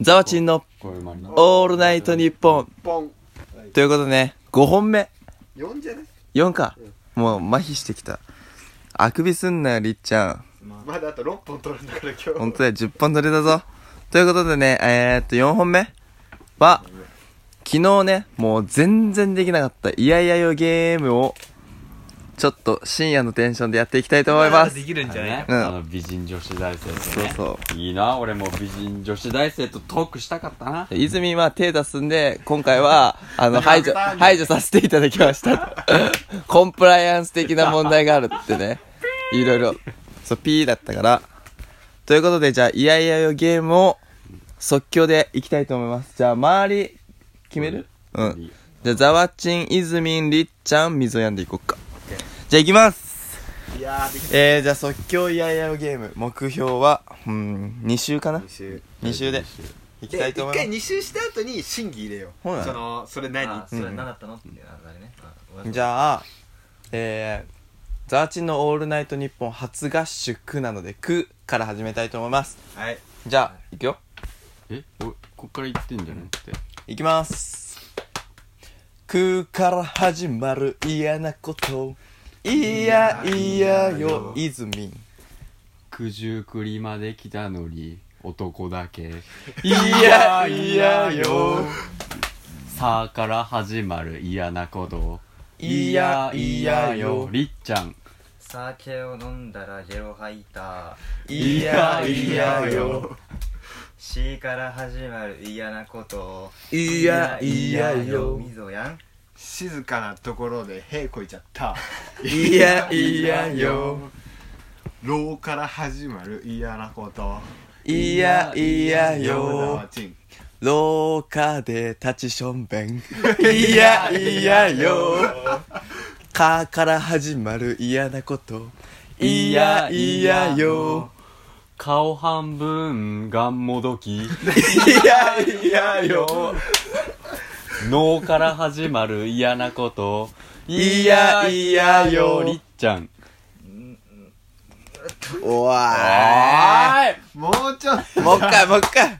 ザワチンのこれもありなオールナイトニッポン。ポン。ということでね、5本目。 4じゃね4か。もう麻痺してきた。あくびすんなよ、りっちゃん。まだあと6本取るんだから今日。ほんとだよ、10本取れたぞ。ということでね、えー、っと、4本目は、昨日ね、もう全然できなかった、いやいやよゲームを、ちょっと深夜のテンションでやっていきたいと思いますで。きるんじゃないうんあの美人女子大生とそうねそう。いいな俺も美人女子大生とトークしたかったな泉は手出すんで、今回は、あの、排除、排除させていただきました。 コンプライアンス的な問題があるってね。いろいろ。そう、ピーだったから。ということで、じゃあ、いやいやよゲームを即興でいきたいと思います。じゃあ、周り、決めるうん。じゃあ、ザワチン、イズミン、りっちゃん、溝やんでいこうか。じゃあ、いきますいやー、できた。えー、じゃあ、即興いやいやよゲーム。目標は、うん、2週かな2周。 ?2 週で。いきたで、いと1思います回。2周した後に審議入れよう。ほらその、それ何あそれ何だったのってあれねあじゃあ、えー、ザーチンのオールナイトニッポン初合宿なので、9から始めたいと思います。はい。じゃあ、いくよ。えおこっから言ってんじゃねっていきます。9から始まる嫌なこと。いやいやよ、いずみん。九十九里まで来たのに男だけいやいやよ、さあから始まる嫌なこといやいやよ、りっちゃん酒を飲んだらゲロ吐いたいやいやよ、 C から始まる嫌なこといやいやよ、みぞやん静かなところで、へこいちゃった。 いやいやよ、ローから始まる嫌なこと。いやいやザよワ。チン。廊下で立ちしょんべん いやいやよ「か」から始まる嫌なこといやいやよ顔半分がんもどきいやいやよ脳から始まる嫌なこといやいやよりっちゃんおわもうちょっーもう一回もう一回と。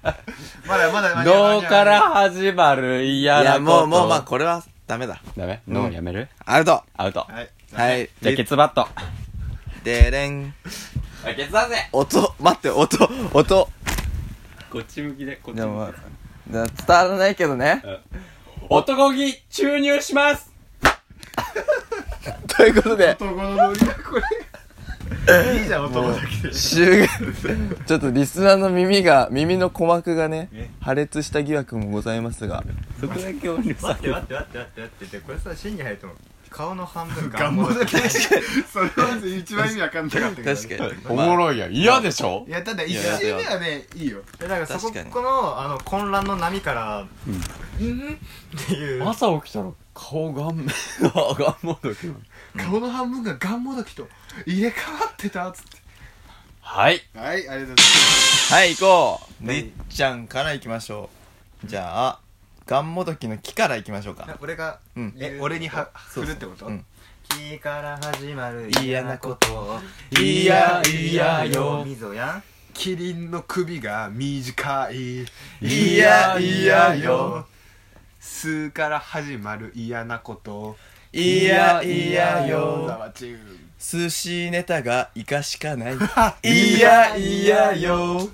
まだまだ間に合う脳から始まる嫌いなやこともうもうまあこれはダメだダメ脳やめるアウトアウトはい。はいじゃあケツバットでれんケツだぜ音待って音音こっち向きでこっちでも向まあ伝わらないけどねき男気注入します ということで男のノリだ、これ。いいじゃん、男だけ で。修学ちょっとリスナーの耳が耳の鼓膜がねね破裂した疑惑もございますがそこだけ俺待って待って待って待って待ってでこれさ審議入ると思う顔の半分が願望だけ。それは一番意味わかんなかったけど。確かにおもろいやん嫌でしょいや、ただ一周目はね、いいよ。えだからそこ確かにこのあの混乱の波からうんっていう朝起きたら顔がんがんもどき顔の半分がガンモドキと入れ替わってたっつって。はいはい、ありがとうございま す。はい行こうりっちゃんから行きましょうじゃあがんもどきの木から行きましょうか俺がうんえ、俺には、振るってことうん木から始まる嫌嫌ななここといやいやよみぞやんキリンの首が短い。いやいやよ。数から始まる嫌なこと。いやいやざよわちん寿司ネタがイカしかない いやいやよ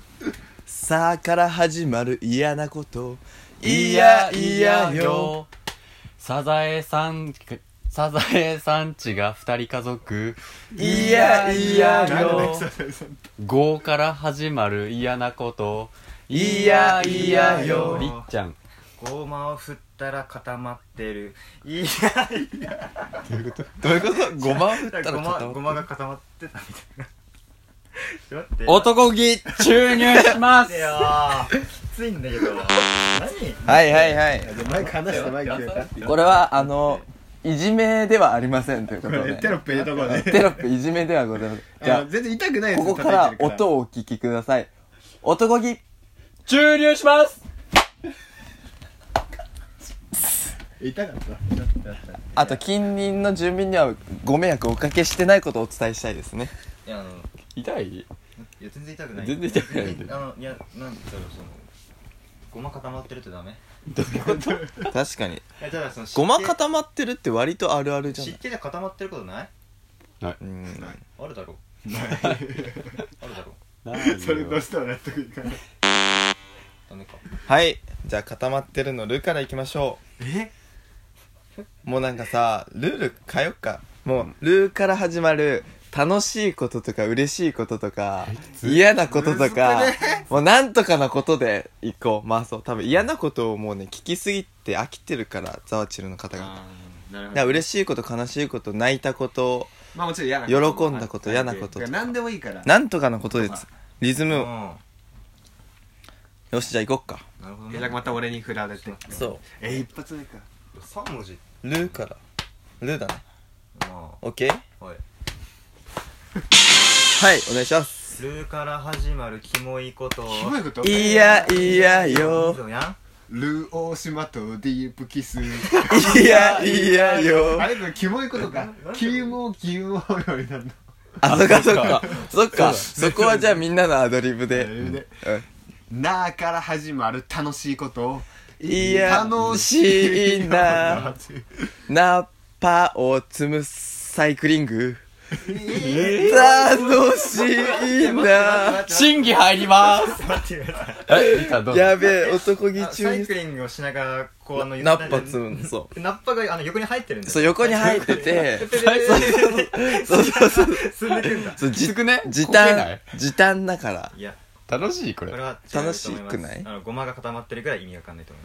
さあから始まる嫌なこといやいやよサザエさんサザエさんちが二人家族いやいやよ5から始まる嫌なこといやいやよりっちゃんゴーマを振ったら固まってるい やどういうことごまを振ったらゴマ固ゴまマっが固まってたみたいな ちょっと待って男気注入しまっすてよきついんだけど何たはいはいはいマイク離してマイクでやっこれはあのいじめではありませんということでたテロップ入れとこうねテロップいじめではございませんじあゃの全然痛くないあやつここから音をお聞きください男気注入します痛かっあと近隣の住民にはご迷惑をおかけしてないことをお伝えしたいですねいやあの痛いいや全然痛くない全然痛くない全然あのいやなんだろうそのごま固まってるとダメ確かにいやただそのごまま固まってるって割とあるあるじゃな湿い気で固まってることないうんあるだろうあるだろうないよそれどうしても納得いかないダメかはいじゃあ固まってるのルーからいきましょえうもうなんかさルール変えよっかもうルーから始まる楽しいこととか嬉しいこととか嫌なこととかもうなんとかなことでいこうまあそう多分嫌なことをもうね聞きすぎて飽きてるからザワチルの方がなるだから嬉しいこと悲しいこと泣いたことまあもちろん嫌な喜んだこと嫌なことだから何でもいいからなんとかのことでつリズうムをんよしじゃあ行こっかなるほどえなんかねまた俺に振られてそえ一発目か三文字うルーからルーだねま OK あはいはいお願いし ますルーから始まるキモいことひどいこといやいやよそうやんルー大島とディープキスいやいや よあれだキモいことかキモキモよりなんだあそっかそっかそっかそこはじゃあみんなのアドリブでアドリブでうんなーから始まる楽しいこといや楽しいなナッパを積むサイクリング楽しいな審議入りまー す待ってくださいえリカどうやべえ男気あサ中イにクリングをしながらこうあのナッパ積むのそうナッパがあの横に入ってるんだよそう横に入っててペペペペペペそうそうそう進んでくんだそうじくね時こけな短い時短だからいや楽しいここれれは違うと思います楽しくないあのごまが固まってるぐらい意味わかんないと思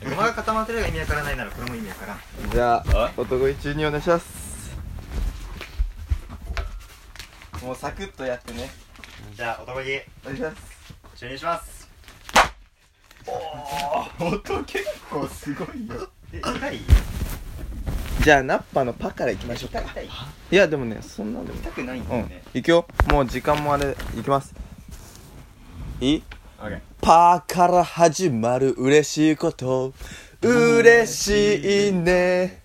いますごまが固まってるぐらい意味わからないならこれも意味わからんじゃあ男気中にお願いしますもうサクッとやってねじゃあ男気お願いします注入します音結構すごいよえ痛いじゃあナッパのパからいきましょうか痛いいやでもねそんなんでも痛くないんだうよんねいくよもう時間もあれいきますいいオッケーパーから始まる嬉しいこと嬉しいね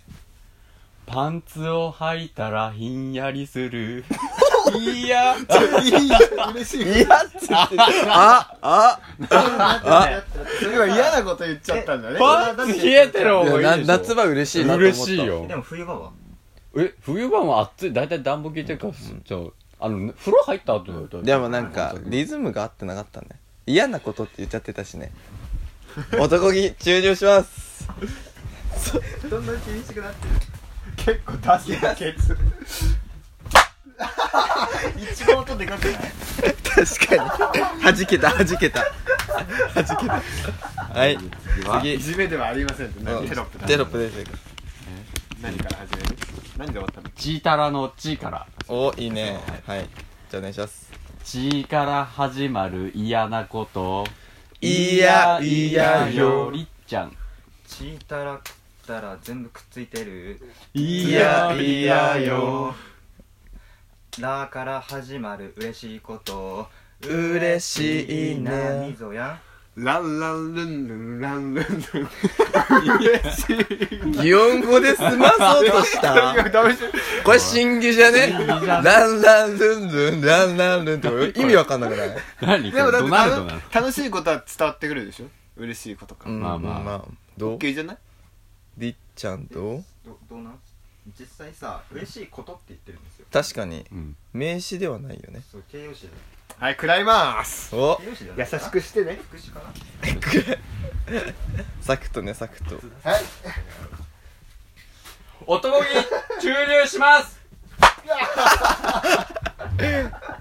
パンツを履いたらひんやりするいや 嬉し いいやっ つってああ今嫌なこと言っちゃったんだねパンツ冷えてる方いがやいいでしょな夏場嬉しいなと思った嬉しいよでも冬場はえ冬場も暑い大体暖房効いてるからじゃああの風呂入った後だとでもなんかリズムが合ってなかったね嫌なことって言っちゃってたしね男気注入しますどんどん厳しくなって結構出すやケ ツる一番音でかくない確かに弾けた弾けた弾けたはいいじめではありませんって何テロップだテロップ出てくる何から始める何で終わったのチータラのチーからおいいねはいじゃあお願いしますチーから始まる嫌なこといやいやよよりっちゃんチータラったら全部くっついてるいラから始まる嬉しいこと嬉しいなみぞやランランルンルンランルンルン擬音語で済まそうとしたダメじゃん これ真偽じゃねランランルンルンランランルンって意味わかんなくない何こでもれだっドてナルドなの楽楽しいことは伝わってくるでしょ嬉しいことかうんまあまあどう OK じゃないりっちゃんとどどうなん実際さ嬉しいことって言ってるんですよ確かにうん名詞ではないよねそう形容詞だはい食らいますお形容詞だ優しくしてね福祉かな サクッとねサクッとはい男気注入します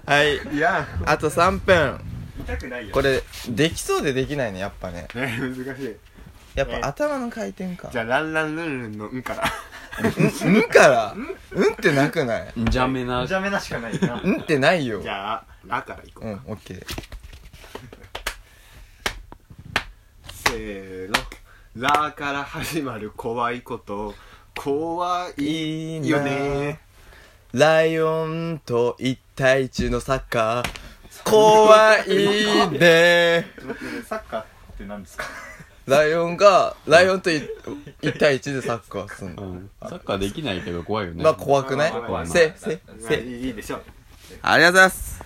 はいいやあと3分痛くないよこれできそうでできないねやっぱねね難しいやっえぱ頭の回転かじゃあランランルンルンの「ん」から 「うん」から「うん」ってなくないんじゃめなじゃめなしかないよな「うん」ってないよじゃあ「ら」からいこううんオッケーせーの「ら」から始まる怖いこと怖いいいよねライオンと一対一のサッカー怖いねちょっと待ってサッカーって何ですかライオンがライオンとい一対一でサッカーすんうのんサッカーできないけど怖いよねまあ怖くない怖いせせまあせいいでしょうありがとうございます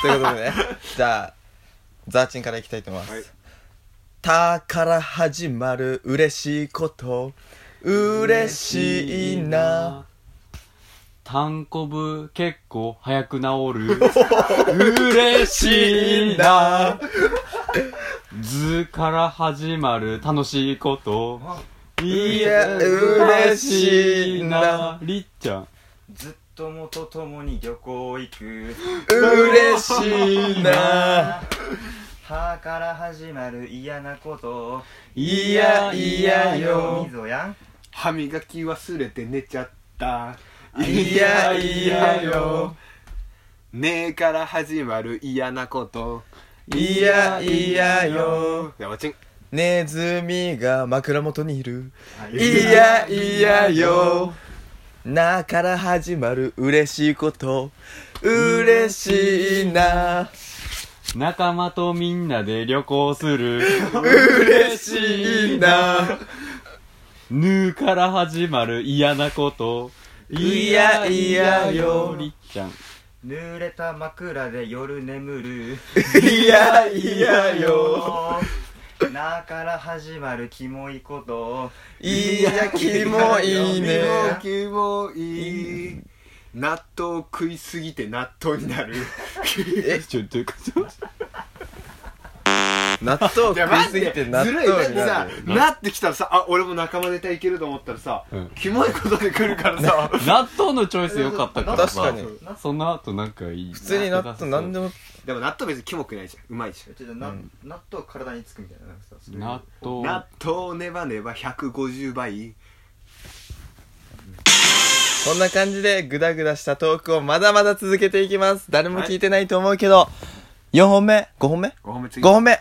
ということでね、じゃあ、ザーチンからいきたいと思います。はいたから始まる嬉しいこと、嬉しいな。タンコブ結構早く治 る嬉しいな図から始まる楽しいこといや嬉しいなりっちゃんずっともとともに旅行行く嬉しいな。歯から始まる嫌なこといやいやよみぞやん歯磨き忘れて寝ちゃったいやいやよ目から始まる嫌なこといやいやよやばちんネズミが枕元にいるはいいやいやよなから始まる嬉しいこと嬉しいな仲間とみんなで旅行する嬉しいなぬから始まる嫌なこといやいやよりっちゃん濡れた枕で夜眠るいやいやよなから始まるキモいこといやキモいねキモい納豆食いすぎて納豆 になるえちょっとどういうこと納豆食いすぎて納ず豆るいだってになさるなってきたらさあ俺も仲間ネタいけると思ったらさ、うんキモいことで来るからさ 納豆のチョイス良かったからさ確かにその後なんかいい普普通に納豆何でもでも納豆別にキモくないじゃんうまいじゃんちょっとな、納豆体につくみたいななんかさそういう納豆納豆ネバネバ150倍こんな感じでグダグダしたトークをまだまだ続けていきます誰も聞いてないと思うけど4本目5本目ご褒めつ5本目